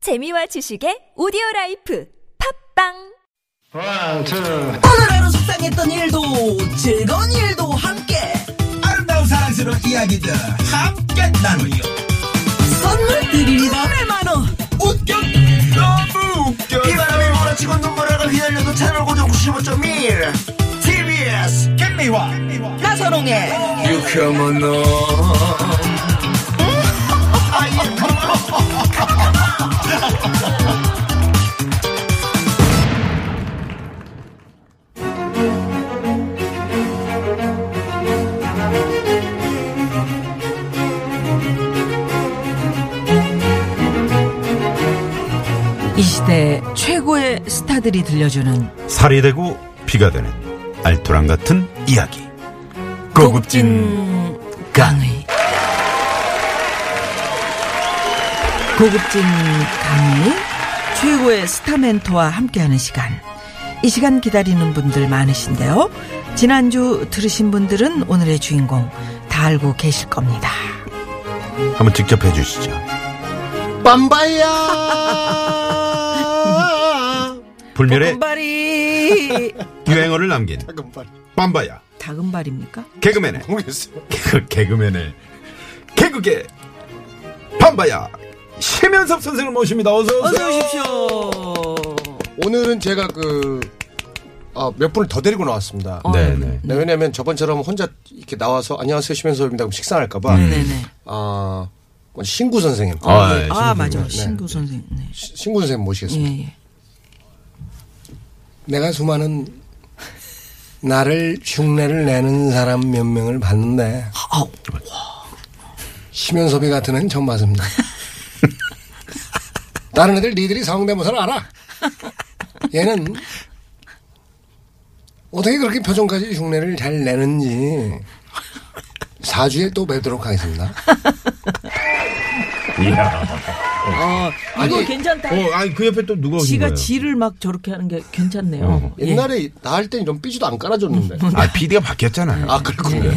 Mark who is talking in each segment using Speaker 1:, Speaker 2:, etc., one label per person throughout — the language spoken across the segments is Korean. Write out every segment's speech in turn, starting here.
Speaker 1: 재미와 지식의 오디오 라이프 팝빵
Speaker 2: One, two.
Speaker 3: 오늘 하루 속상했던 일도 즐거운 일도 함께
Speaker 4: 아름다운 사랑스러운 이야기들 함께 나누요
Speaker 3: 선물 드립니다 100만원
Speaker 4: 웃겨 너무 웃겨
Speaker 5: 바람이 몰아치고 눈물을 휘날려도 채널 고정 95.1 TBS
Speaker 4: 김미화
Speaker 3: 나선홍의 이 시대 최고의 스타들이 들려주는
Speaker 6: 살이 되고 피가 되는 알토란 같은 이야기. 고급진
Speaker 3: 강의 고급진 강의 최고의 스타 멘토와 함께하는 시간 이 시간 기다리는 분들 많으신데요 지난주 들으신 분들은 오늘의 주인공 다 알고 계실 겁니다
Speaker 6: 한번 직접 해주시죠.
Speaker 5: 빰바야
Speaker 3: 어,
Speaker 6: 불멸의
Speaker 3: 곰발이
Speaker 6: 유행어를 남긴
Speaker 5: 잠깐만
Speaker 6: 빰바야
Speaker 3: 다금발입니까?
Speaker 6: 개그맨의
Speaker 5: 모르겠어요
Speaker 6: 그 개그맨의 개그계 빰바야 심연섭 선생을 모십니다. 어서
Speaker 3: 어서
Speaker 6: 오세요.
Speaker 3: 오십시오
Speaker 5: 오늘은 제가 그몇 분을 더 데리고 나왔습니다
Speaker 6: 네네.
Speaker 5: 네, 왜냐면 저번처럼 혼자 이렇게 나와서 안녕하세요 심현섭입니다 그럼 식상할까봐
Speaker 3: 네네
Speaker 5: 아 신구 선생님
Speaker 6: 아, 예.
Speaker 3: 아 맞아 신구 선생님 네.
Speaker 5: 시- 신구 선생님 모시겠습니다
Speaker 3: 예, 예.
Speaker 5: 내가 수많은 나를 흉내를 내는 사람 몇 명을 봤는데
Speaker 3: 아우
Speaker 5: 심연섭이 같은 애는 처음 봤습니다. 다른 애들 니들이 성대모사를 알아. 얘는 어떻게 그렇게 표정까지 흉내를 잘 내는지 4주에 또 뵙도록 하겠습니다.
Speaker 3: 아, 이거
Speaker 5: 아니,
Speaker 3: 괜찮다
Speaker 6: 어, 아니 그 옆에 또 누가 오신
Speaker 3: 지가
Speaker 6: 거예요?
Speaker 3: 지를 막 저렇게 하는 게
Speaker 6: 어.
Speaker 3: 괜찮네요. 예.
Speaker 5: 옛날에 나 할 땐 이런 삐지도 안 깔아줬는데.
Speaker 6: 아, PD가 바뀌었잖아요. 네.
Speaker 5: 아, 그렇군요.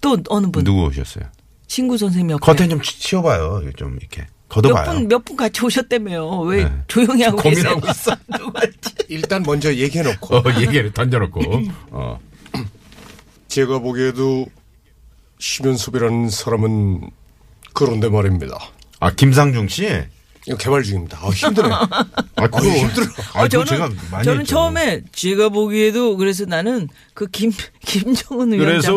Speaker 3: 또 어느 분
Speaker 6: 누구 오셨어요?
Speaker 3: 친구 선생님 옆에
Speaker 6: 커튼 좀 치- 치워봐요. 좀 이렇게
Speaker 3: 몇
Speaker 6: 걷어봐요. 네.
Speaker 3: 분 몇 분 같이 오셨다며 왜 조용히 하고 계세요?
Speaker 6: 고민하고 있어. 누가 할지.
Speaker 5: 일단 먼저 얘기해놓고.
Speaker 6: 어, 얘기를 던져놓고. 어.
Speaker 5: 제가 보기에도 심연섭이라는 사람은 그런데 말입니다.
Speaker 6: 아 김상중 씨.
Speaker 5: 이거 개발 중입니다. 아, 힘드네요.
Speaker 6: 아, 그거
Speaker 5: 힘들어.
Speaker 6: 아, 그거
Speaker 3: 저는
Speaker 6: 제가 많이
Speaker 3: 저는
Speaker 6: 했죠.
Speaker 3: 처음에 제가 보기에도 그래서 나는 그 김 김정은 위원장
Speaker 6: 그래서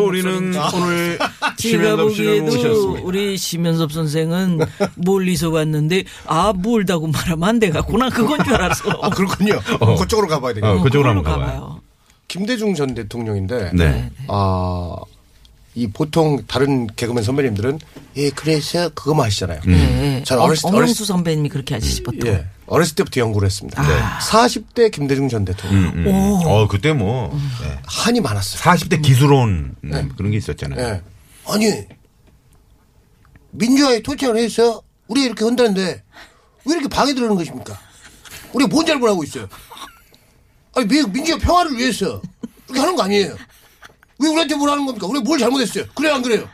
Speaker 6: 우리는
Speaker 3: 목소리인지
Speaker 6: 오늘
Speaker 3: 제가
Speaker 6: 심연섭 씨를
Speaker 3: 보기에도
Speaker 6: 모셨습니다.
Speaker 3: 우리 심연섭 선생은 멀리서 왔는데 아 멀다고 말하면 안 되겠구나 그건 줄 알았어.
Speaker 5: 아, 그렇군요. 그쪽으로 가봐야 되겠다.
Speaker 6: 어, 그쪽으로
Speaker 3: 그걸로
Speaker 6: 한번 가봐요.
Speaker 5: 김대중 전 대통령인데
Speaker 6: 네.
Speaker 5: 아, 이 보통 다른 개그맨 선배님들은 예 그래서 그거 마시잖아요.
Speaker 3: 예.
Speaker 5: 전
Speaker 3: 어,
Speaker 5: 어렸을 때-
Speaker 3: 엄영수 선배님이 그렇게 하시지 보통.
Speaker 5: 예, 어렸을 때부터 연구를 했습니다.
Speaker 3: 네.
Speaker 5: 40대 김대중 전 대통령
Speaker 6: 음. 어 그때 뭐 네.
Speaker 5: 한이 많았어요.
Speaker 6: 40대 기술론 네, 그런 게 있었잖아요.
Speaker 5: 예. 아니 민주화에 투쟁을 해서 우리 이렇게 한다는데 왜 이렇게 방해 들어오는 것입니까? 우리 뭔 잘못하고 있어요? 아니 미- 민주화 평화를 위해서 이렇게 하는 거 아니에요? 왜 우리한테 뭐라는 겁니까? 우리 뭘 잘못했어요? 그래 안 그래요?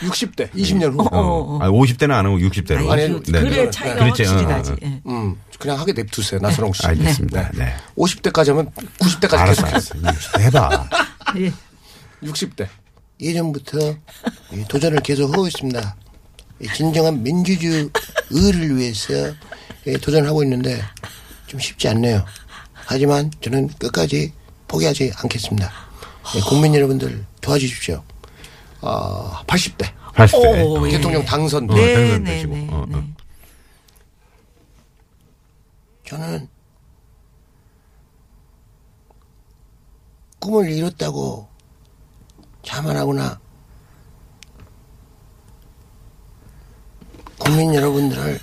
Speaker 5: 60대 20년 후.
Speaker 6: 어, 아, 50대는 안 하고 60대로. 네,
Speaker 5: 아니,
Speaker 3: 그래 차이가
Speaker 6: 어,
Speaker 3: 확실히 나지. 예.
Speaker 5: 음, 그냥 하게 냅두세요, 나선홍 씨.
Speaker 6: 알겠습니다. 네.
Speaker 5: 50대까지 하면 90대까지
Speaker 6: 알았어,
Speaker 5: 계속해요.
Speaker 3: 네.
Speaker 6: 알았어. 60대 해봐.
Speaker 3: 예.
Speaker 5: 60대. 예전부터 이 도전을 계속 하고 있습니다. 이 진정한 민주주의를 위해서 예, 도전하고 있는데 좀 쉽지 않네요. 하지만 저는 끝까지 포기하지 않겠습니다. 예, 국민 여러분들 도와주십시오. 아, 80대.
Speaker 6: 80대.
Speaker 5: 어,
Speaker 3: 오, 예.
Speaker 5: 대통령 당선.
Speaker 6: 어,
Speaker 3: 네,
Speaker 6: 당선
Speaker 3: 네,
Speaker 6: 되시고.
Speaker 3: 네,
Speaker 6: 어, 어.
Speaker 3: 네.
Speaker 5: 저는 꿈을 이뤘다고 자만하거나 국민 여러분들을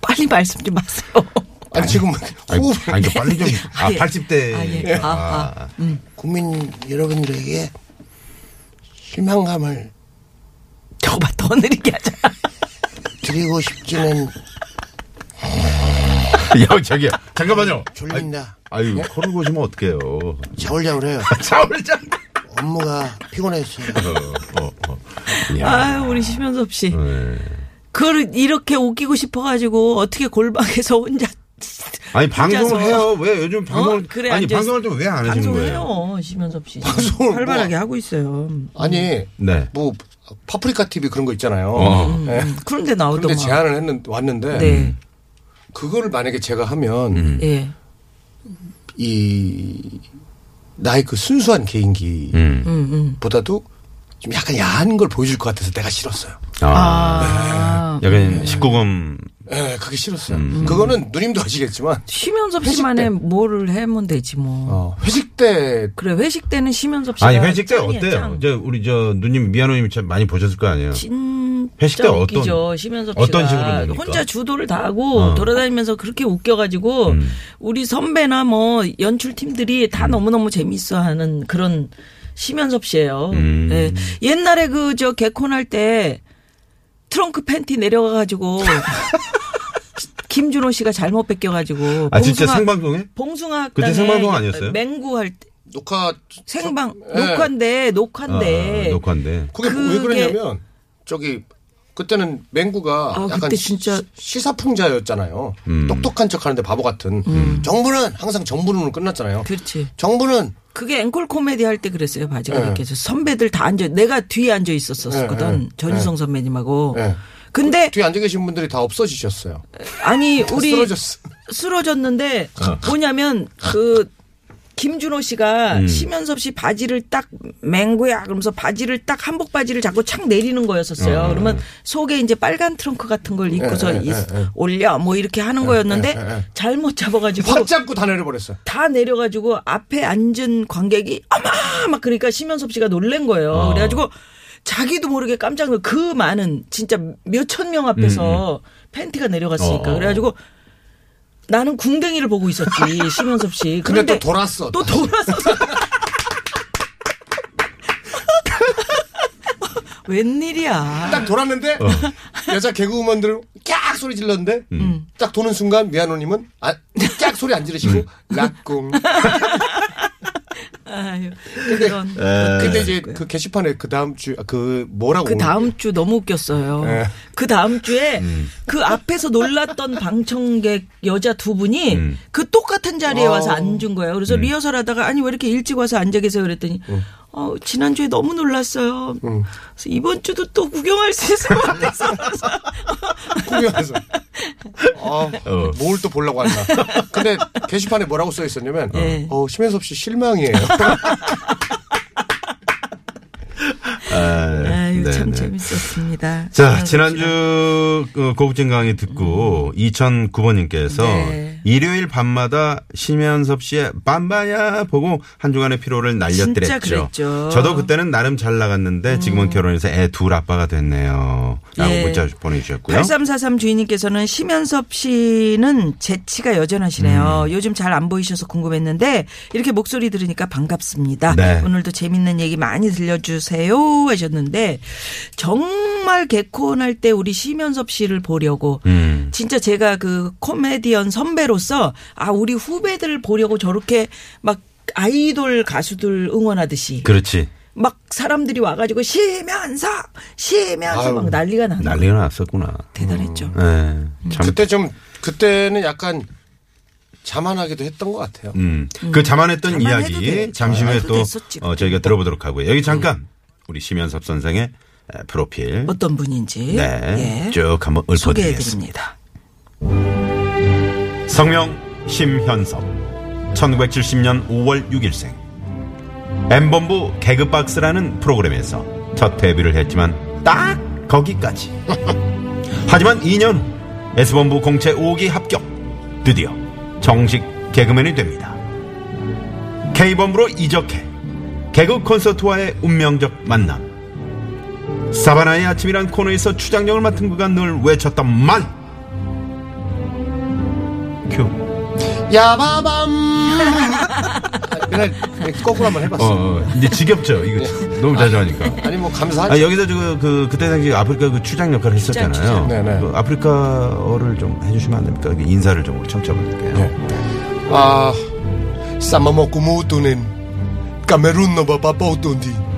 Speaker 3: 빨리 말씀 좀 하세요.
Speaker 5: 아니 지금
Speaker 6: 아니,
Speaker 5: 호흡
Speaker 6: 아니, 그러니까 빨리 좀. 아,
Speaker 3: 예.
Speaker 6: 80대.
Speaker 3: 아, 예. 아,
Speaker 6: 아,
Speaker 5: 국민 여러분들에게 실망감을
Speaker 3: 저거 봐, 더 느리게 하자.
Speaker 5: 드리고 싶지는
Speaker 6: 야, 저기요. 잠깐만요.
Speaker 5: 졸린다
Speaker 6: 아유, 코를 고시면 어떡해요.
Speaker 5: 자울자울해요
Speaker 6: 자울자.
Speaker 5: 업무가 피곤했어요
Speaker 6: 어, 어, 어.
Speaker 3: 아.
Speaker 6: 야. 음. 네.
Speaker 3: 아유, 우리 심현섭 씨. 그걸 이렇게 웃기고 싶어가지고 어떻게 골방에서 혼자
Speaker 6: 아니 방송을
Speaker 3: 혼자서.
Speaker 6: 해요. 왜 요즘 방송을
Speaker 3: 그래,
Speaker 6: 아니
Speaker 3: 앉아있-
Speaker 6: 어? 방송을 좀 왜 안 하시는 거예요?
Speaker 3: 방송해요 심현섭 씨
Speaker 4: 방송을
Speaker 3: 활발하게
Speaker 4: 뭐-
Speaker 3: 하고 있어요. 음,
Speaker 4: 아니,
Speaker 6: 네.
Speaker 4: 뭐 파프리카 TV 그런 거 있잖아요.
Speaker 6: 어.
Speaker 4: 예.
Speaker 3: 그런데 나오더만.
Speaker 4: 근데 제안을 했는데 왔는데
Speaker 3: 네,
Speaker 6: 음.
Speaker 4: 그거를 만약에 제가 하면
Speaker 3: 예,
Speaker 4: 이 나의 그 순수한 개인기보다도
Speaker 6: 음.
Speaker 4: 좀 약간 야한 걸 보여줄 것 같아서 내가 싫었어요.
Speaker 6: 아.
Speaker 3: 아,
Speaker 6: 약간 19금
Speaker 4: 예, 그게 싫었어요. 그거는 누님도 아시겠지만
Speaker 3: 심현섭
Speaker 4: 회식
Speaker 3: 씨만의
Speaker 4: 때.
Speaker 3: 뭐를 해면 되지 뭐.
Speaker 4: 어, 회식 때
Speaker 3: 그래 회식 때는 심현섭 씨가
Speaker 6: 아니 회식 때
Speaker 3: 짱이에요,
Speaker 6: 어때요?
Speaker 3: 짱.
Speaker 6: 저 우리 저 누님 미아노님 참 많이 보셨을 거 아니에요.
Speaker 3: 진짜
Speaker 6: 회식 때 어떤-
Speaker 3: 웃기죠. 심현섭 씨가
Speaker 6: 어떤 식으로 냅니까?
Speaker 3: 혼자 주도를 다 하고
Speaker 6: 어. 음.
Speaker 3: 돌아다니면서 그렇게 웃겨가지고 우리 선배나 뭐 연출팀들이 다 너무너무 재밌어하는 그런 심현섭 씨예요.
Speaker 6: 음.
Speaker 3: 예. 옛날에 그 저 개콘 할 때 트렁크 팬티 내려가가지고 김준호 씨가 잘못 뺏겨가지고
Speaker 6: 아 진짜 생방송에?
Speaker 3: 봉숭아
Speaker 6: 그때
Speaker 3: 학당에
Speaker 6: 생방송 아니었어요?
Speaker 3: 맹구 할 때
Speaker 4: 녹화
Speaker 3: 생방
Speaker 4: 예.
Speaker 3: 녹화인데 녹화인데
Speaker 6: 아, 녹화인데.
Speaker 4: 그게
Speaker 3: 그게-
Speaker 4: 왜 그랬냐면 저기 그때는 맹구가
Speaker 3: 아,
Speaker 4: 약간
Speaker 3: 그때 진짜-
Speaker 4: 시- 시사풍자였잖아요. 똑똑한 척하는데 바보 같은.
Speaker 3: 음.
Speaker 4: 정부는 항상 정부론으로 끝났잖아요.
Speaker 3: 그렇지.
Speaker 4: 정부는
Speaker 3: 그게 앵콜 코미디 할 때 그랬어요.
Speaker 4: 네.
Speaker 3: 바지가 이렇게 해서 선배들 다 앉아 내가 뒤에 앉아
Speaker 4: 예,
Speaker 3: 있었었거든.
Speaker 4: 예,
Speaker 3: 전유성 선배님하고.
Speaker 4: 예.
Speaker 3: 근데
Speaker 4: 뒤에 앉아 계신 분들이 다 없어지셨어요.
Speaker 3: 아니
Speaker 4: 다
Speaker 3: 우리
Speaker 4: 쓰러졌어. 어.
Speaker 3: 는데 뭐냐면 그 김준호 씨가 심연섭 씨 바지를 딱 맹구야 그러면서 바지를 딱 한복 바지를 자꾸 착 내리는 거였었어요.
Speaker 4: 음.
Speaker 3: 그러면 속에 이제 빨간 트렁크 같은 걸 입고서
Speaker 4: 예, 예,
Speaker 3: 이- 올려 뭐 이렇게 하는 거였는데 잘못 잡아가지고
Speaker 4: 네, 확 잡고 다 내려버렸어. 요
Speaker 3: 다 내려가지고 앞에 앉은 관객이 어마 막 그러니까 심연섭 씨가 놀란 거예요. 그래가지고 자기도 모르게 깜짝 놀. 그 많은 진짜 몇 천 명 앞에서 팬티가 내려갔으니까
Speaker 6: 어.
Speaker 3: 그래가지고 나는 궁뎅이를 보고 있었지 심연섭 씨.
Speaker 4: 근데
Speaker 3: 그런데
Speaker 4: 또 돌았어.
Speaker 3: 또 돌아서. 웬일이야.
Speaker 4: 딱 돌았는데
Speaker 6: 어.
Speaker 4: 여자 개그우먼들 깍 소리 질렀는데
Speaker 6: 음.
Speaker 4: 딱 도는 순간 미아노님은 아, 깍 소리 안
Speaker 6: 음.
Speaker 4: 지르시고 락꿍.
Speaker 3: 아유,
Speaker 4: 근데,
Speaker 3: 그런.
Speaker 4: 근데 이제 그 게시판에 그 다음 주 그 뭐라고
Speaker 3: 그 다음 주 너무 웃겼어요.
Speaker 6: 네.
Speaker 3: 그 다음 주에 그 앞에서 놀랐던 방청객 여자 두 분이
Speaker 6: 음.
Speaker 3: 그 똑같은 자리에
Speaker 6: 어.
Speaker 3: 와서 앉은 거예요. 그래서 리허설 하다가 아니 왜 이렇게 일찍 와서 앉아 계세요? 그랬더니
Speaker 6: 음.
Speaker 3: 어, 지난주에 너무 놀랐어요. 그래서 이번 주도 또 구경할 수 있을 것 같아서.
Speaker 4: 구경해서 아,
Speaker 6: 어.
Speaker 4: 뭘 또 보려고 하나. 근데 게시판에 뭐라고 써 있었냐면
Speaker 3: 예.
Speaker 4: 어, 심현섭 씨 실망이에요.
Speaker 6: 아,
Speaker 3: 아유,
Speaker 6: 네,
Speaker 3: 참
Speaker 6: 네.
Speaker 3: 재밌었습니다. 아, 그렇죠.
Speaker 6: 자, 지난주 그 고급진 강의 듣고 2009번님께서
Speaker 3: 음. 네.
Speaker 6: 일요일 밤마다 심현섭 씨의 빰바야 보고 한 주간의 피로를
Speaker 3: 진짜
Speaker 6: 날렸더랬죠.
Speaker 3: 그랬죠. 음.
Speaker 6: 저도 그때는 나름 잘 나갔는데 지금은 결혼해서 애 둘 아빠가 됐네요. 라고
Speaker 3: 예.
Speaker 6: 문자 보내주셨고요.
Speaker 3: 8343 주인님께서는 심현섭 씨는 재치가 여전하시네요.
Speaker 6: 음.
Speaker 3: 요즘 잘 안 보이셔서 궁금했는데 이렇게 목소리 들으니까 반갑습니다.
Speaker 6: 네.
Speaker 3: 오늘도 재밌는 얘기 많이 들려주세요 하셨는데 정말 개콘할 때 우리 심현섭 씨를 보려고
Speaker 6: 음.
Speaker 3: 진짜 제가 그 코미디언 선배로서 아 우리 후배들 보려고 저렇게 막 아이돌 가수들 응원하듯이
Speaker 6: 그렇지.
Speaker 3: 막 사람들이 와가지고 심현섭 심현섭 막 난리가 나.
Speaker 6: 난리가 났었구나.
Speaker 3: 대단했죠.
Speaker 6: 예.
Speaker 3: 음.
Speaker 6: 참.
Speaker 4: 그때 좀 그때는 약간 자만하기도 했던 것 같아요.
Speaker 6: 음. 그 자만했던
Speaker 3: 자만해도
Speaker 6: 이야기
Speaker 3: 돼.
Speaker 6: 잠시 후에
Speaker 3: 자만해도
Speaker 6: 또
Speaker 3: 됐었지. 음.
Speaker 6: 어, 저희가 들어보도록 하고요. 여기 잠깐 우리 심현섭 선생의 에, 프로필
Speaker 3: 어떤 분인지
Speaker 6: 네.
Speaker 3: 예.
Speaker 6: 쭉 한번 읊어드리겠습니다.
Speaker 3: 소개해드립니다.
Speaker 6: 성명 심현섭 1970년 5월 6일생 M본부 개그박스라는 프로그램에서 첫 데뷔를 했지만 딱 거기까지 하지만 2년 후 S본부 공채 5기 합격 드디어 정식 개그맨이 됩니다 K본부로 이적해 개그 콘서트와의 운명적 만남 사바나의 아침이란 코너에서 추장력을 맡은 그가 늘 외쳤던만 큐
Speaker 4: 야바밤. 아, 그날 거꾸로 한번
Speaker 6: 어,
Speaker 4: 해봤어. 요
Speaker 6: 어, 이제 지겹죠. 이거 너무 자주 하니까.
Speaker 4: 아니 뭐 감사하지.
Speaker 6: 아, 여기서 그, 그, 그때 당시 아프리카 그 추장 역할을 했었잖아요.
Speaker 3: 추장.
Speaker 4: 네네.
Speaker 6: 그 아프리카어를 좀 해주시면 안 됩니까? 그 인사를 좀 우리 청취자분들께.
Speaker 4: Ah, 아, 싸마먹고 못도는 까메룬 너바 바빠오던디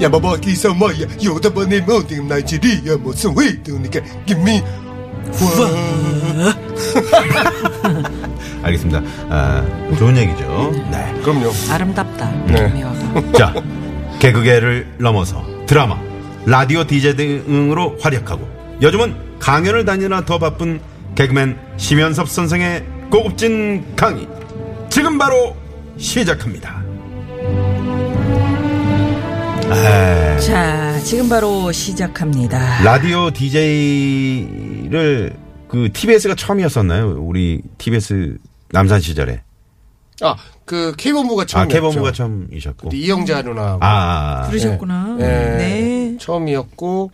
Speaker 7: やまばきさまやよだばねもでナイジェリアもスウェーデンにかギミ
Speaker 6: 알겠습니다. 아, 좋은 얘기죠. 네.
Speaker 7: 그럼요
Speaker 3: 아름답다.
Speaker 7: 네.
Speaker 3: 미화가.
Speaker 6: 자, 개그계를 넘어서 드라마, 라디오 디제 등으로 활약하고 요즘은 강연을 다니나 더 바쁜 개그맨 심연섭 선생의 고급진 강의 지금 바로 시작합니다. 에,
Speaker 3: 자, 지금 바로 시작합니다.
Speaker 6: 라디오 DJ를 그 TBS가 처음이었었나요? 우리 TBS 남산 시절에.
Speaker 4: Ah, 아그 케이본부가
Speaker 6: 아,
Speaker 4: 처음이었죠.
Speaker 6: 케범부가 처음이셨고.
Speaker 4: 그때 이영자 누나.
Speaker 6: 아, 아, 아.
Speaker 3: 그러셨구나.
Speaker 4: 예,
Speaker 3: 네.
Speaker 4: 처음이었고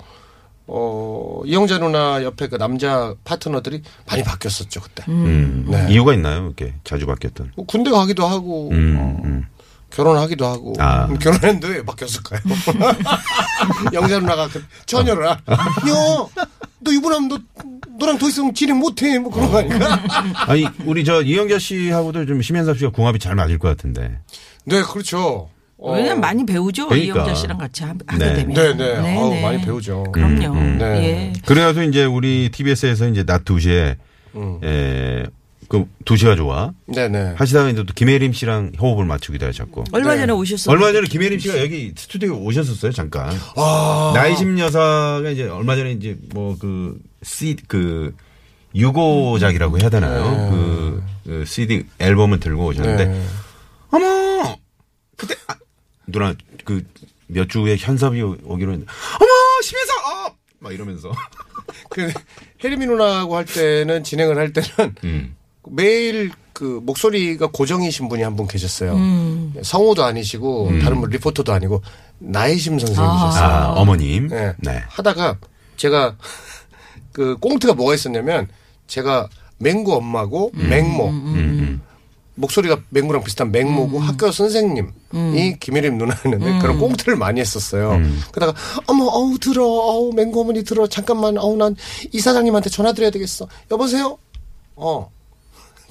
Speaker 4: 어 이영자 누나 옆에 그 남자 파트너들이 많이 바뀌었었죠 그때.
Speaker 6: 음,
Speaker 4: 네.
Speaker 6: 이유가 있나요? 이렇게 자주 바뀌었던.
Speaker 4: 뭐 군대 가기도 하고 어,
Speaker 6: 음, 음.
Speaker 4: 결혼하기도 하고
Speaker 6: 아.
Speaker 4: 그럼 결혼했는데 왜 바뀌었을까요? 영자 누나가 그 처녀를 야,
Speaker 6: 어.
Speaker 4: 너 이번하면 너 너랑 더 이상 진행 못해 뭐 그런 거
Speaker 6: 어.
Speaker 4: 아닌가?
Speaker 6: 아니 우리 저 이영자 씨하고도 좀 심현섭 씨가 궁합이 잘 맞을 것 같은데.
Speaker 4: 네 그렇죠. 어,
Speaker 3: 왜냐면 많이 배우죠.
Speaker 6: 그러니까.
Speaker 3: 이영자 씨랑 같이 하, 게
Speaker 6: 네.
Speaker 3: 되면.
Speaker 4: 네네. 아우, 많이 배우죠.
Speaker 3: 그럼요.
Speaker 6: 음, 음.
Speaker 4: 네.
Speaker 3: 예.
Speaker 6: 그래가지고 이제 우리 TBS에서 이제 낮 2시에
Speaker 4: 음.
Speaker 6: 예, 에그 2시가 좋아
Speaker 4: 네네.
Speaker 6: 하시다가 이제 또 김혜림 씨랑 호흡을 맞추기도 하셨고.
Speaker 3: 얼마
Speaker 4: 네.
Speaker 3: 전에 오셨어요.
Speaker 6: 얼마 전에 김혜림 씨가 여기 스튜디오에 오셨었어요 잠깐.
Speaker 4: 아,
Speaker 6: 나이심 여사가 이제 얼마 전에 이제 뭐그 CD 그 유고작이라고 해야 되나요? 그, 그 CD 앨범을 들고 오셨는데
Speaker 4: 네.
Speaker 6: 어머 그때 아, 누나 그 몇 주에 현섭이 오- 오기로 했는데 어머 심해서 어! 막 이러면서
Speaker 4: 그 혜림이 누나하고 할 때는 진행을 할 때는
Speaker 6: 음.
Speaker 4: 매일 그 목소리가 고정이신 분이 한 분 계셨어요. 성우도 아니시고
Speaker 6: 음.
Speaker 4: 다른 분 리포터도 아니고 나이심
Speaker 6: 아,
Speaker 4: 선생님이셨어요.
Speaker 6: 어머님
Speaker 4: 네.
Speaker 6: 네.
Speaker 4: 하다가 제가 그 꽁트가 뭐가 있었냐면 제가 맹구 엄마고 맹모 음. 목소리가 맹구랑 비슷한 맹모고 학교 선생님이 김혜림 누나였는데 그런 꽁트를 많이 했었어요. 그러다가 어머 어우 들어 어우 맹구 어머니 들어 잠깐만 어우 난 이사장님한테 전화 드려야 되겠어. 여보세요. 어.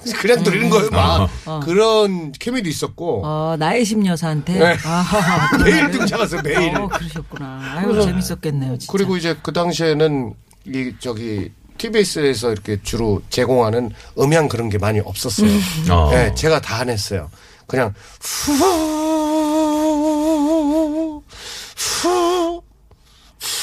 Speaker 4: 그냥 들리는 거예요, 막. 그런 케미도 있었고.
Speaker 3: 어, 나의 심녀사한테.
Speaker 4: 네.
Speaker 3: 아,
Speaker 4: 매일 등장하세요, 매일.
Speaker 3: 어, 그러셨구나. 아유,
Speaker 4: 그래서-
Speaker 3: 재밌었겠네요. 진짜.
Speaker 4: 그리고 이제 그 당시에는 이 저기 TBS에서 이렇게 주로 제공하는 음향 그런 게 많이 없었어요.
Speaker 6: 어.
Speaker 4: 예, 제가 다 안 했어요. 그냥 후후 후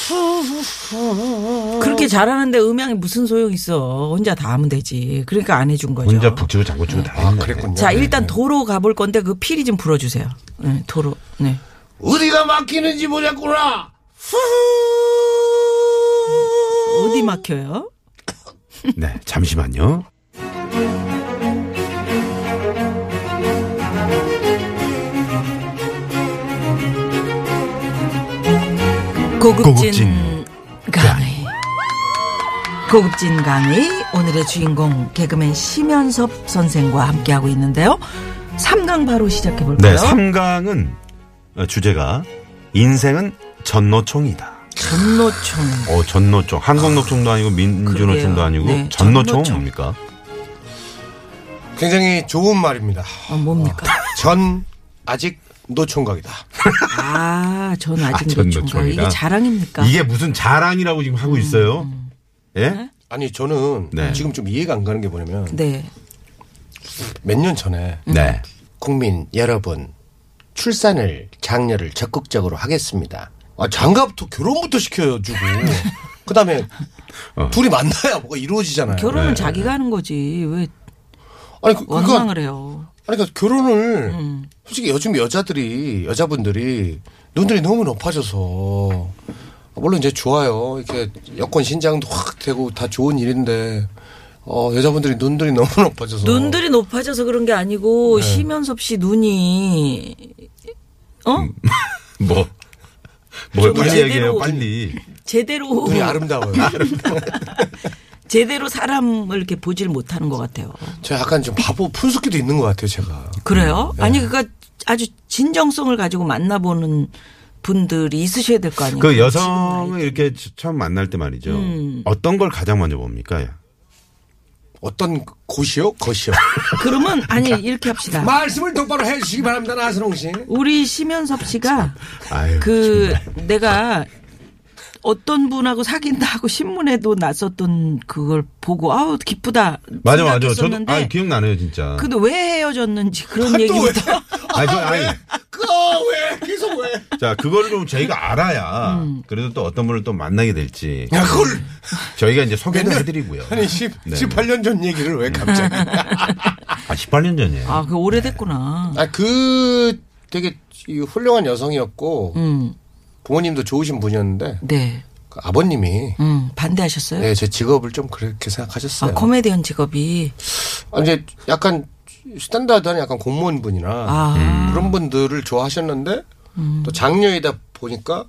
Speaker 4: 그렇죠.
Speaker 3: 그렇게 잘하는데 음향이 무슨 소용 있어. 혼자 다 하면 되지. 그러니까 안 해준 거죠.
Speaker 6: 혼자 북치고 장구치고 다 했네.
Speaker 4: 그랬군요.
Speaker 3: 자, 일단 도로 가볼 건데 그 필이 좀 불어주세요. 네, 도로. 네.
Speaker 4: 어디가 막히는지 보자꾸나.
Speaker 3: 어디 막혀요?
Speaker 6: 네, 잠시만요.
Speaker 3: 고급진,
Speaker 6: 고급진
Speaker 3: 강의. 고급진 강의 오늘의 주인공 개그맨 심연섭 선생과 함께하고 있는데요. 3강 바로 시작해 볼까요?
Speaker 6: 네, 삼강은 주제가 인생은 전노총이다.
Speaker 3: 전노총.
Speaker 6: 어, 전노총. 한국노총도 아니고 민주노총도
Speaker 3: 그러게요.
Speaker 6: 아니고
Speaker 3: 네,
Speaker 6: 전노총은
Speaker 3: 전노총.
Speaker 6: 뭡니까?
Speaker 4: 굉장히 좋은 말입니다.
Speaker 3: 어, 뭡니까?
Speaker 4: 전 아직 노총각이다.
Speaker 3: 아, 전 아직
Speaker 6: 아,
Speaker 3: 노총가.
Speaker 6: 전노총이다.
Speaker 3: 이게 자랑입니까? 음,
Speaker 6: 이게 무슨 자랑이라고 지금 하고 있어요? 예?
Speaker 4: 아니 저는
Speaker 6: 네.
Speaker 4: 지금 좀 이해가 안 가는 게 뭐냐면
Speaker 3: 네.
Speaker 4: 몇 년 전에
Speaker 6: 네.
Speaker 4: 국민 여러분 출산을 장려를 적극적으로 하겠습니다. 아, 장갑부터 결혼부터 시켜주고 그다음에 둘이 만나야 뭐가 이루어지잖아요.
Speaker 3: 어.
Speaker 6: 네.
Speaker 3: 결혼은 자기가 하는 거지. 왜
Speaker 4: 아니 그, 그러니까,
Speaker 3: 원망을
Speaker 6: 어.
Speaker 3: 음. 해요?
Speaker 4: 아니 그러니까 결혼을 솔직히 요즘 여자들이 여자분들이 눈들이 너무 높아져서 물론 이제 좋아요. 이렇게 여권 신장도 확 되고 다 좋은 일인데 어, 여자분들이 눈들이 너무 높아져서
Speaker 3: 눈들이 높아져서 그런 게
Speaker 6: 네.
Speaker 3: 아니고 심연섭 씨 눈이 어?
Speaker 6: 뭐. 뭐, 빨리
Speaker 3: 제대로- 음,
Speaker 6: 얘기해요, 빨리.
Speaker 3: 제대로
Speaker 4: 눈이 아름다워요.
Speaker 3: 제대로 사람을 이렇게 보질 못하는 것 같아요.
Speaker 4: 제가 약간 좀 바보 푼숙기도 있는 것 같아요, 제가.
Speaker 6: 음,
Speaker 3: 그래요?
Speaker 6: 네.
Speaker 3: 아니 그러니까 아주 진정성을 가지고 만나보는 분들이 있으셔야 될 거 아니에요.
Speaker 6: 그
Speaker 3: 음.
Speaker 6: 여성을 이렇게 예. 처음 만날 때 말이죠. 어떤 걸 가장 먼저 봅니까?
Speaker 4: 어떤 고시요? 거시요.
Speaker 3: 그러면 아니 이렇게 합시다.
Speaker 4: 말씀을 똑바로 해주시기 바랍니다, 나선홍 씨.
Speaker 3: 우리 심연섭 씨가
Speaker 6: 아유,
Speaker 3: 그 내가 어떤 분하고 사귄다 하고 신문에도 났었던 그걸 보고 아우 기쁘다
Speaker 6: 맞아 맞아. 저도
Speaker 3: 생각했었는데
Speaker 6: 아 기억나네요 아, 진짜.
Speaker 3: 근데 왜 헤어졌는지 그런 얘기부터
Speaker 6: 아니, 그, 아니,
Speaker 4: 아, 왜? 계속 왜?
Speaker 6: 자 그거를 좀
Speaker 3: 음.
Speaker 6: 저희가 알아야 그래도 또 어떤 분을 또 만나게 될지
Speaker 4: 야, 그걸
Speaker 6: 저희가 이제 소개를 해드리고요.
Speaker 4: 아니, 10,
Speaker 6: 네.
Speaker 4: 18년 전 얘기를 왜 갑자기.
Speaker 6: 아 18년 전이에요.
Speaker 3: 아 그 오래됐구나.
Speaker 4: 아, 그 되게 이 훌륭한 여성이었고,
Speaker 3: 음,
Speaker 4: 부모님도 좋으신 분이었는데,
Speaker 3: 네,
Speaker 4: 그 아버님이,
Speaker 3: 음 반대하셨어요?
Speaker 4: 네, 제 직업을 좀 그렇게 생각하셨어요.
Speaker 6: 네.
Speaker 3: 아 코미디언 직업이
Speaker 4: 아, 이제 약간 스탠다드한 약간 공무원 분이나
Speaker 3: 아.
Speaker 4: 그런 분들을 좋아하셨는데 또 장녀이다 보니까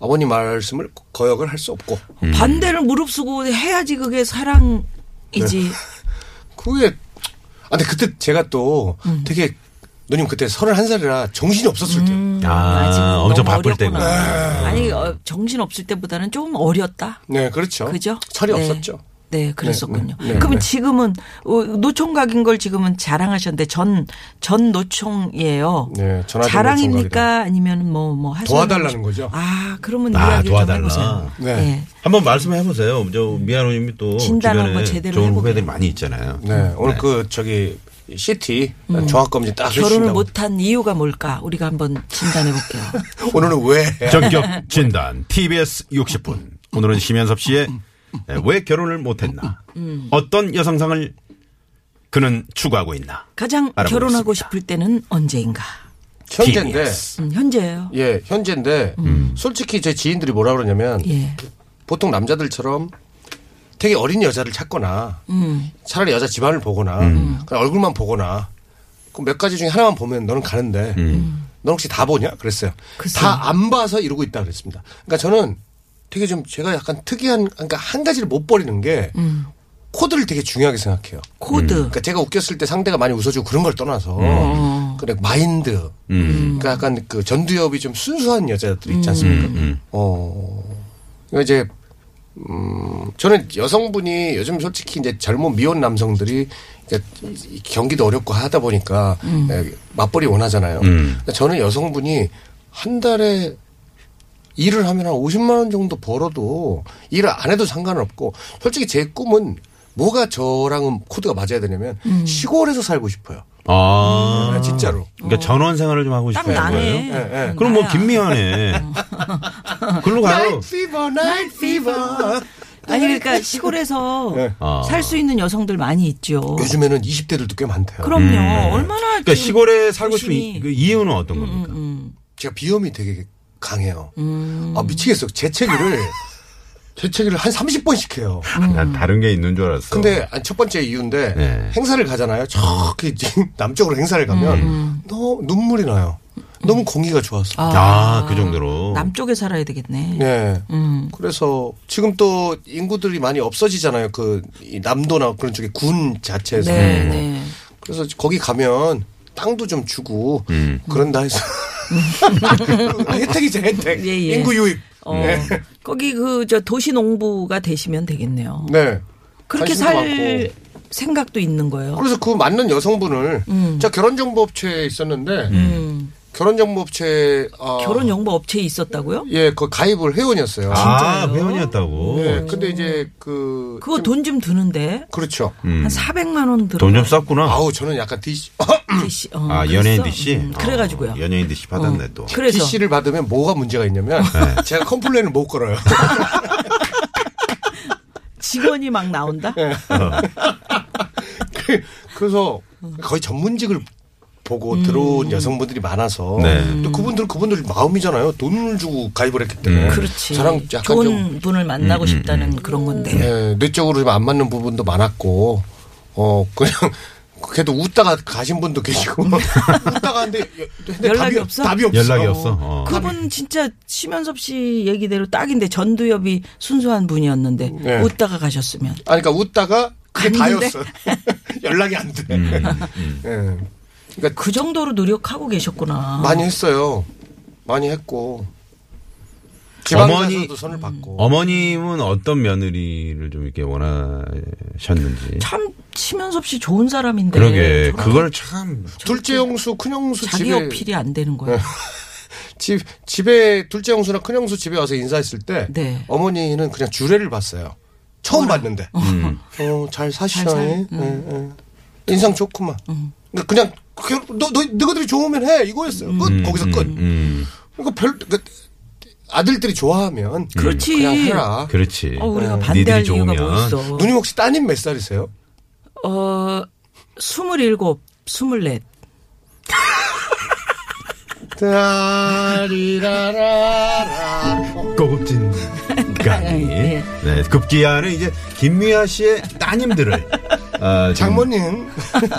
Speaker 4: 아버님 말씀을 거역을 할 수 없고
Speaker 6: 음.
Speaker 3: 반대를 무릅쓰고 해야지 그게
Speaker 6: 네.
Speaker 3: 사랑이지.
Speaker 4: 그게 아 근데 그때 제가 또
Speaker 3: 음.
Speaker 4: 되게 누님 그때 서른한 살이라 정신이 없었을 때요.
Speaker 3: 음.
Speaker 6: 아,
Speaker 3: 지금 너무
Speaker 6: 엄청 바쁠
Speaker 3: 어렸구나.
Speaker 6: 때구나.
Speaker 3: 아니 어, 정신 없을 때보다는 좀 어렸다.
Speaker 4: 네, 그렇죠.
Speaker 3: 그죠?
Speaker 4: 철이
Speaker 3: 네.
Speaker 4: 없었죠.
Speaker 3: 네, 그랬었군요.
Speaker 4: 네, 네, 네,
Speaker 3: 그럼
Speaker 4: 네.
Speaker 3: 지금은 어, 노총각인 걸 지금은 자랑하셨는데 전, 전 노총이에요.
Speaker 4: 네, 전화 전
Speaker 3: 자랑입니까?
Speaker 4: 노총각이다.
Speaker 3: 아니면 뭐, 뭐 하시는
Speaker 4: 도와달라는 거죠.
Speaker 3: 아, 그러면
Speaker 6: 아,
Speaker 3: 이야기를
Speaker 6: 도와달라.
Speaker 3: 좀 해보세요. 예.
Speaker 4: 네.
Speaker 6: 한번 말씀해 보세요. 저 미아노님이 또
Speaker 3: 진단
Speaker 6: 주변에
Speaker 3: 한번 제대로
Speaker 6: 좋은
Speaker 3: 해보게.
Speaker 6: 후배들이 많이 있잖아요.
Speaker 3: 음.
Speaker 4: 네, 오늘 그 저기 CT 종합 검진 딱
Speaker 3: 결혼을
Speaker 4: 해주신다고.
Speaker 3: 못한 이유가 뭘까? 우리가 한번 진단해 볼게요.
Speaker 4: 오늘은 왜?
Speaker 6: 전격 진단 TBS 60분. 오늘은 심연섭 씨의 네, 왜 결혼을 못했나?
Speaker 3: 음.
Speaker 6: 어떤 여성상을 그는 추구하고 있나?
Speaker 3: 가장
Speaker 6: 알아보겠습니다.
Speaker 3: 결혼하고 싶을 때는 언제인가?
Speaker 4: 현재인데
Speaker 3: 음, 현재예요.
Speaker 4: 예, 현재인데 솔직히 제 지인들이 뭐라 그러냐면
Speaker 3: 음. 예.
Speaker 4: 보통 남자들처럼 되게 어린 여자를 찾거나
Speaker 3: 음.
Speaker 4: 차라리 여자 집안을 보거나 그냥 얼굴만 보거나 그 몇 가지 중에 하나만 보면 너는 가는데 넌 혹시 다 보냐 그랬어요.
Speaker 3: 글쎄요.
Speaker 4: 다 안 봐서 이러고 있다 그랬습니다. 그러니까 저는 되게 좀 제가 약간 특이한 그러니까 한 가지를 못 버리는 게
Speaker 3: 음.
Speaker 4: 코드를 되게 중요하게 생각해요.
Speaker 3: 코드.
Speaker 6: 음.
Speaker 4: 그러니까 제가 웃겼을 때 상대가 많이 웃어주고 그런 걸 떠나서 그래 마인드 그러니까 약간 그 전두엽이 좀 순수한 여자들 있지 않습니까? 어 그러니까 이제 음 저는 여성분이 요즘 솔직히 이제 젊은 미혼 남성들이 이제 이 경기도 어렵고 하다 보니까 예, 맞벌이 원하잖아요. 근데 저는 여성분이 한 달에 일을 하면 한 50만 원 정도 벌어도 일을 안 해도 상관없고 솔직히 제 꿈은 뭐가 저랑은 코드가 맞아야 되냐면
Speaker 3: 음.
Speaker 4: 시골에서 살고 싶어요.
Speaker 6: 아,
Speaker 4: 아, 진짜로.
Speaker 6: 그러니까 전원 생활을 좀 하고
Speaker 3: 어. 딱 음.
Speaker 6: 싶은
Speaker 3: 나네.
Speaker 6: 거예요. 그럼 뭐
Speaker 3: 나야.
Speaker 6: 김미아네.
Speaker 4: 아.
Speaker 6: 글로
Speaker 4: 어.
Speaker 6: 가요.
Speaker 4: 피버, 나이 피버.
Speaker 3: 아니 그러니까 시골에서
Speaker 6: 아.
Speaker 3: 살 수 있는 여성들 많이 있죠.
Speaker 4: 요즘에는 20대들도 꽤 많대요.
Speaker 3: 그럼요.
Speaker 6: 음,
Speaker 3: 얼마나 지금
Speaker 6: 그러니까 시골에 살고 싶은
Speaker 3: 열심히 음,
Speaker 6: 이- 그 이유는 어떤 겁니까?
Speaker 4: 제가 비염이 되게 강해요.
Speaker 3: 음.
Speaker 4: 아, 미치겠어. 재채기를, 재채기를 한 30번씩 해요.
Speaker 6: 아, 난 다른 게 있는 줄 알았어.
Speaker 4: 근데 아니, 첫 번째 이유인데
Speaker 6: 네.
Speaker 4: 행사를 가잖아요. 저기 이제 남쪽으로 행사를 가면
Speaker 3: 음.
Speaker 4: 너무 눈물이 나요. 너무 공기가 좋아서.
Speaker 6: 아, 그 정도로.
Speaker 3: 남쪽에 살아야 되겠네.
Speaker 6: 예.
Speaker 3: 음.
Speaker 4: 네. 그래서 지금 또 인구들이 많이 없어지잖아요. 그이 남도나 그런 쪽에 군 자체에서.
Speaker 6: 음.
Speaker 3: 네, 네.
Speaker 4: 그래서 거기 가면 땅도 좀 주고 그런다 해서 혜택이죠 혜택.
Speaker 3: 예, 예.
Speaker 4: 인구 유입.
Speaker 3: 어, 거기 그 저 도시 농부가 되시면 되겠네요.
Speaker 4: 네.
Speaker 3: 그렇게
Speaker 4: 관심도
Speaker 3: 살
Speaker 4: 많고.
Speaker 3: 생각도 있는 거예요.
Speaker 4: 그래서 그 맞는 여성분을
Speaker 3: 음.
Speaker 4: 제가 결혼정보업체에 있었는데 결혼정보업체 어,
Speaker 3: 결혼 정보 업체에 있었다고요?
Speaker 4: 예, 그 가입을 회원이었어요.
Speaker 6: 아, 회원이었다고.
Speaker 4: 네. 근데 이제 그
Speaker 3: 그거 돈 좀 드는데
Speaker 4: 그렇죠.
Speaker 3: 한 400만 원 들어.
Speaker 6: 음. 돈 좀 썼구나.
Speaker 4: 아우 저는 약간 디시
Speaker 3: DC, 어,
Speaker 6: 아,
Speaker 3: 그랬어?
Speaker 6: 연예인 DC?
Speaker 3: 음, 그래가지고요. 어,
Speaker 6: 어, 연예인 DC 받았네, 또.
Speaker 3: 그래서
Speaker 4: DC를 받으면 뭐가 문제가 있냐면 제가 컴플레인을 못 걸어요.
Speaker 3: 직원이 막
Speaker 6: 예.
Speaker 3: 나온다.
Speaker 4: 그- 그래서 거의 전문직을 보고
Speaker 3: 음.
Speaker 4: 들어온 여성분들이 많아서
Speaker 6: 네.
Speaker 4: 또 그분들 은 그분들 마음이잖아요. 돈을 주고 가입을 했기
Speaker 6: 음.
Speaker 4: 때문에
Speaker 3: 그렇지.
Speaker 4: 네. 저랑 약간
Speaker 3: 좋은
Speaker 4: 좀 음,
Speaker 3: 분을 만나고 싶다는 그런 건데.
Speaker 4: 예, 뇌적으로 좀 안 맞는 부분도 많았고 어 그냥 그래도 웃다가 가신 분도 계시고 웃다가 근데, 근데
Speaker 3: 연락이
Speaker 4: 답이,
Speaker 3: 없어?
Speaker 4: 답이 없어.
Speaker 6: 연락이 없어. 어.
Speaker 3: 그분 진짜 심연섭 씨 얘기대로 딱인데 전두엽이 순수한 분이었는데
Speaker 4: 네.
Speaker 3: 웃다가 가셨으면
Speaker 4: 아니, 그러니까 웃다가 그게
Speaker 3: 갔는데?
Speaker 4: 다였어. 연락이 안 돼.
Speaker 6: 음,
Speaker 4: 예. 그러니까
Speaker 3: 그
Speaker 4: 예,
Speaker 3: 정도로 노력하고 계셨구나.
Speaker 4: 많이 했어요. 많이 했고.
Speaker 6: 어머니
Speaker 4: 지방에서도 손을
Speaker 3: 음.
Speaker 4: 받고.
Speaker 6: 어머님은 어떤 며느리를 좀 이렇게 원하셨는지.
Speaker 3: 참 치면섭 씨 좋은 사람인데
Speaker 6: 그러게
Speaker 3: 저렇게
Speaker 6: 그걸 참
Speaker 4: 둘째 형수, 큰 형수
Speaker 3: 자기
Speaker 4: 그 집에 네.
Speaker 3: 어필이 안 되는 거야.
Speaker 4: 집 집에 둘째 형수나 큰 형수 집에 와서 인사했을 때
Speaker 3: 네.
Speaker 4: 어머니는 그냥 주례를 봤어요. 처음 봤는데. 어, 잘 사시네.
Speaker 3: 잘 살- 음.
Speaker 4: 인상 좋구만. 근데 그냥 그- 너, 너 너희들이 좋으면 해 이거였어요.
Speaker 3: 음.
Speaker 4: 끝 거기서 끝.
Speaker 6: 음,
Speaker 4: 그러니까 별 그, 아들들이 좋아하면
Speaker 3: 음. 그렇지.
Speaker 4: 그냥 해라.
Speaker 6: 그렇지.
Speaker 3: 어, 우리가
Speaker 6: 어,
Speaker 3: 반대할
Speaker 6: 니들이
Speaker 3: 이유가
Speaker 6: 좋으면.
Speaker 3: 뭐 있어?
Speaker 4: 누님 혹시 따님 몇 살이세요?
Speaker 3: 어 스물일곱, 스물넷.
Speaker 4: 따리라라라.
Speaker 6: 고급진 강의.
Speaker 3: 예.
Speaker 6: 네, 급기야는 이제 김미아 씨의 따님들을 어, 지금
Speaker 4: 장모님.
Speaker 3: 음.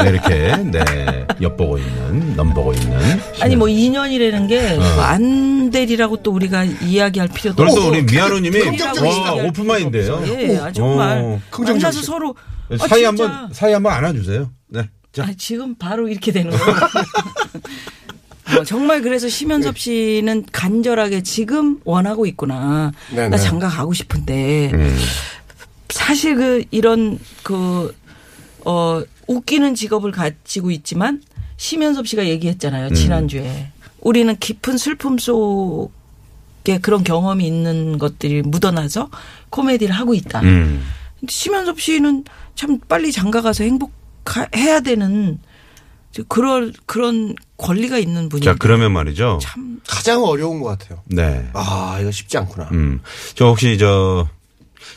Speaker 6: 네, 이렇게 네 엿보고 있는 넘보고 있는. 네.
Speaker 3: 아니 뭐 2년이라는 게뭐 안 되리라고 또 우리가 이야기할 필요도
Speaker 6: 그래서
Speaker 3: 없고
Speaker 6: 또 우리 미아로님이
Speaker 4: 긍정적이시다.
Speaker 6: 와 오픈마인드예요.
Speaker 3: 예, 아, 정말
Speaker 6: 어.
Speaker 3: 만나서 서로 아,
Speaker 6: 사이
Speaker 3: 진짜.
Speaker 6: 한번 사이 한번 안아주세요. 네. 자,
Speaker 3: 아, 지금 바로 이렇게 되는 거예요. 어, 정말 그래서
Speaker 4: 예.
Speaker 3: 심현섭 씨는 간절하게 지금 원하고 있구나.
Speaker 4: 네, 음.
Speaker 3: 나
Speaker 4: 네.
Speaker 3: 장가 가고 싶은데 사실 그 이런 그어 웃기는 직업을 가지고 있지만 심현섭 씨가 얘기했잖아요
Speaker 4: 음.
Speaker 3: 지난주에 우리는 깊은 슬픔 속에 그런 경험이 있는 것들이 묻어나서 코미디를 하고 있다.
Speaker 6: 음.
Speaker 3: 근데 심현섭 씨는 참 빨리 장가 가서 행복해야 되는 그런 그런 권리가 있는 분이
Speaker 6: 자 그러면 말이죠.
Speaker 4: 가장 어려운 것 같아요.
Speaker 6: 네.
Speaker 4: 아, 이거 쉽지 않구나.
Speaker 6: 음. 저 혹시 저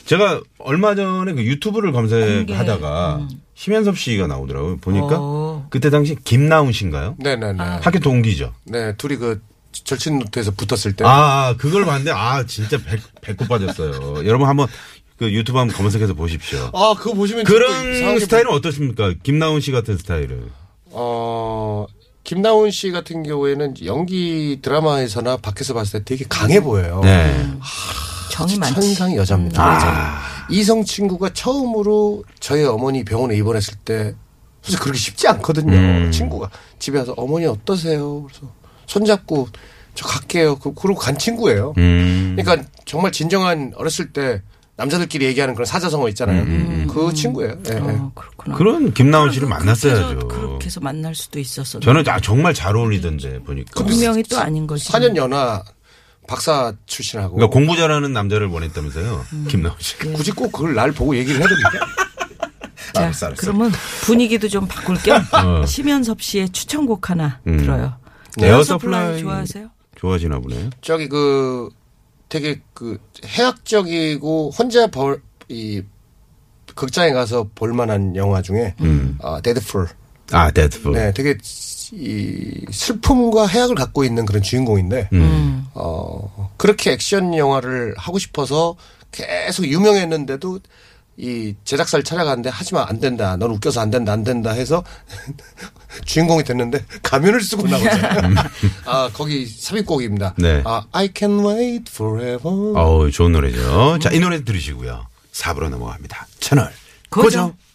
Speaker 6: 제가 얼마 전에 그 유튜브를 검색하다가
Speaker 4: 음.
Speaker 6: 심현섭 씨가 나오더라고요. 보니까
Speaker 3: 어.
Speaker 6: 그때 당시 김나훈 씨인가요?
Speaker 4: 네네네.
Speaker 6: 학교 동기죠.
Speaker 4: 네, 둘이 그 절친 노트에서 붙었을 때.
Speaker 6: 아, 아, 그걸 봤는데 아 진짜 배, 배꼽 빠졌어요. 여러분 한번 그 유튜브 한번 검색해서 보십시오.
Speaker 4: 아, 그거 보시면 또
Speaker 6: 그런
Speaker 4: 이상하게
Speaker 6: 스타일은 어떠십니까? 김나훈 씨 같은 스타일을.
Speaker 4: 어, 김나온 씨 같은 경우에는 연기 드라마에서나 밖에서 봤을 때 되게 강해
Speaker 3: 어,
Speaker 4: 보여요.
Speaker 6: 네.
Speaker 3: 정이 많지.
Speaker 4: 천상 여자입니다.
Speaker 6: 아.
Speaker 4: 여자는. 이성 친구가 처음으로 저희 어머니 병원에 입원했을 때 사실 그렇게 쉽지 않거든요.
Speaker 6: 음.
Speaker 4: 친구가 집에 와서 어머니 어떠세요? 그래서 손잡고 저 갈게요. 그- 그러고 간 친구예요.
Speaker 6: 음.
Speaker 4: 그러니까 정말 진정한 어렸을 때 남자들끼리 얘기하는 그런 사자성어 있잖아요.
Speaker 6: 음,
Speaker 4: 그 친구예요. 예, 예.
Speaker 3: 어, 그렇구나.
Speaker 6: 그런 김나훈 씨를
Speaker 3: 아, 그렇게 해서-
Speaker 6: 만났어야죠.
Speaker 3: 그렇게 해서 만날 수도 있었어.
Speaker 6: 저는 아, 정말 잘 어울리던데 보니까.
Speaker 3: 분명히 또 아닌 거지.
Speaker 4: 4년 연하 박사 출신하고
Speaker 6: 그러니까 공부 잘하는 남자를 원했다면서요.
Speaker 3: 음.
Speaker 6: 김나훈
Speaker 3: 네.
Speaker 6: 씨가.
Speaker 4: 굳이 꼭 그걸 날 보고 얘기를 해야 됩니까?
Speaker 3: 자, 그러면 분위기도 좀 바꿀 겸
Speaker 6: 어.
Speaker 3: 심현섭 씨의 추천곡 하나
Speaker 6: 음.
Speaker 3: 들어요. 에어서플라이 좋아하세요?
Speaker 6: 좋아하시나 보네요.
Speaker 4: 저기 그 되게 그 해학적이고 혼자 벌, 이 극장에 가서 볼 만한 영화 중에 아 데드풀
Speaker 6: 아, 데드풀.
Speaker 4: 네 되게 이 슬픔과 해악을 갖고 있는 그런 주인공인데 어 그렇게 액션 영화를 하고 싶어서 계속 유명했는데도 이 제작사를 찾아갔는데 하지만 안 된다 넌 웃겨서 안 된다 안 된다 해서 주인공이 됐는데 가면을 쓰고 나오잖아요 아 거기 삽입곡입니다
Speaker 6: 네.
Speaker 4: 아 I can wait forever
Speaker 6: 어우, 좋은 노래죠. 자, 이 노래 들으시고요. 4부로 넘어갑니다. 채널
Speaker 3: 고정.
Speaker 6: 고정.